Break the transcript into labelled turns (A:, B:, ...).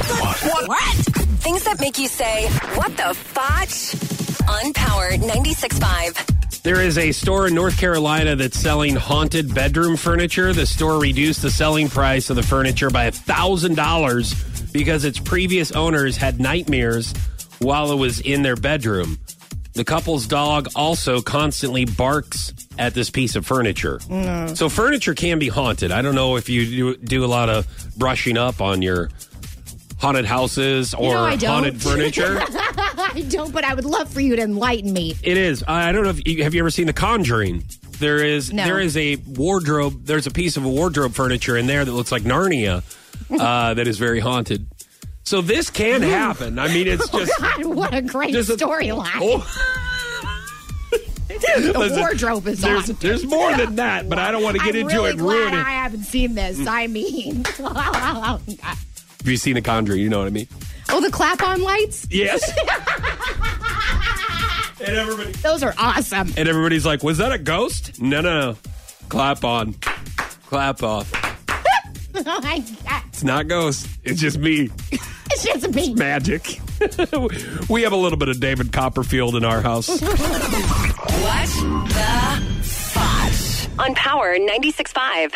A: What?
B: Things that make you say, what the fotch? On Power 96.5.
A: There is a store in North Carolina that's selling haunted bedroom furniture. The store reduced the selling price of the furniture by $1,000 because its previous owners had nightmares while it was in their bedroom. The couple's dog also constantly barks at this piece of furniture. So furniture can be haunted. I don't know if you do, do a lot of brushing up on your haunted houses or
C: no, I don't.
A: haunted furniture.
C: I don't, but I would love for you to enlighten me.
A: It is. I I don't know if you, have you ever seen The Conjuring. There is
C: No.
A: there is a wardrobe. There's a piece of wardrobe furniture in there that looks like Narnia, uh, that is very haunted. So this can
C: Hmm.
A: happen. I mean, it's just
C: Oh, God, what a great
A: Just a-
C: storyline.
A: oh,
C: the
A: listen,
C: wardrobe is
A: there's
C: on.
A: there's more than that, but I don't want to get
C: I'm
A: into
C: really
A: it. and
C: Glad
A: Ruin it. Mm.
C: I haven't seen this. I mean, oh,
A: If you've seen The Conjuring, you know what I mean.
C: the clap-on lights.
A: Yes. and everybody
C: Those are awesome.
A: and everybody's like, "Was that a ghost?" No, no, no. Clap on, clap off.
C: Oh my God.
A: It's not ghost. It's just me.
C: It's just me.
A: magic. we have a little bit of David Copperfield in our house.
B: What the fotch? On Power 96.5.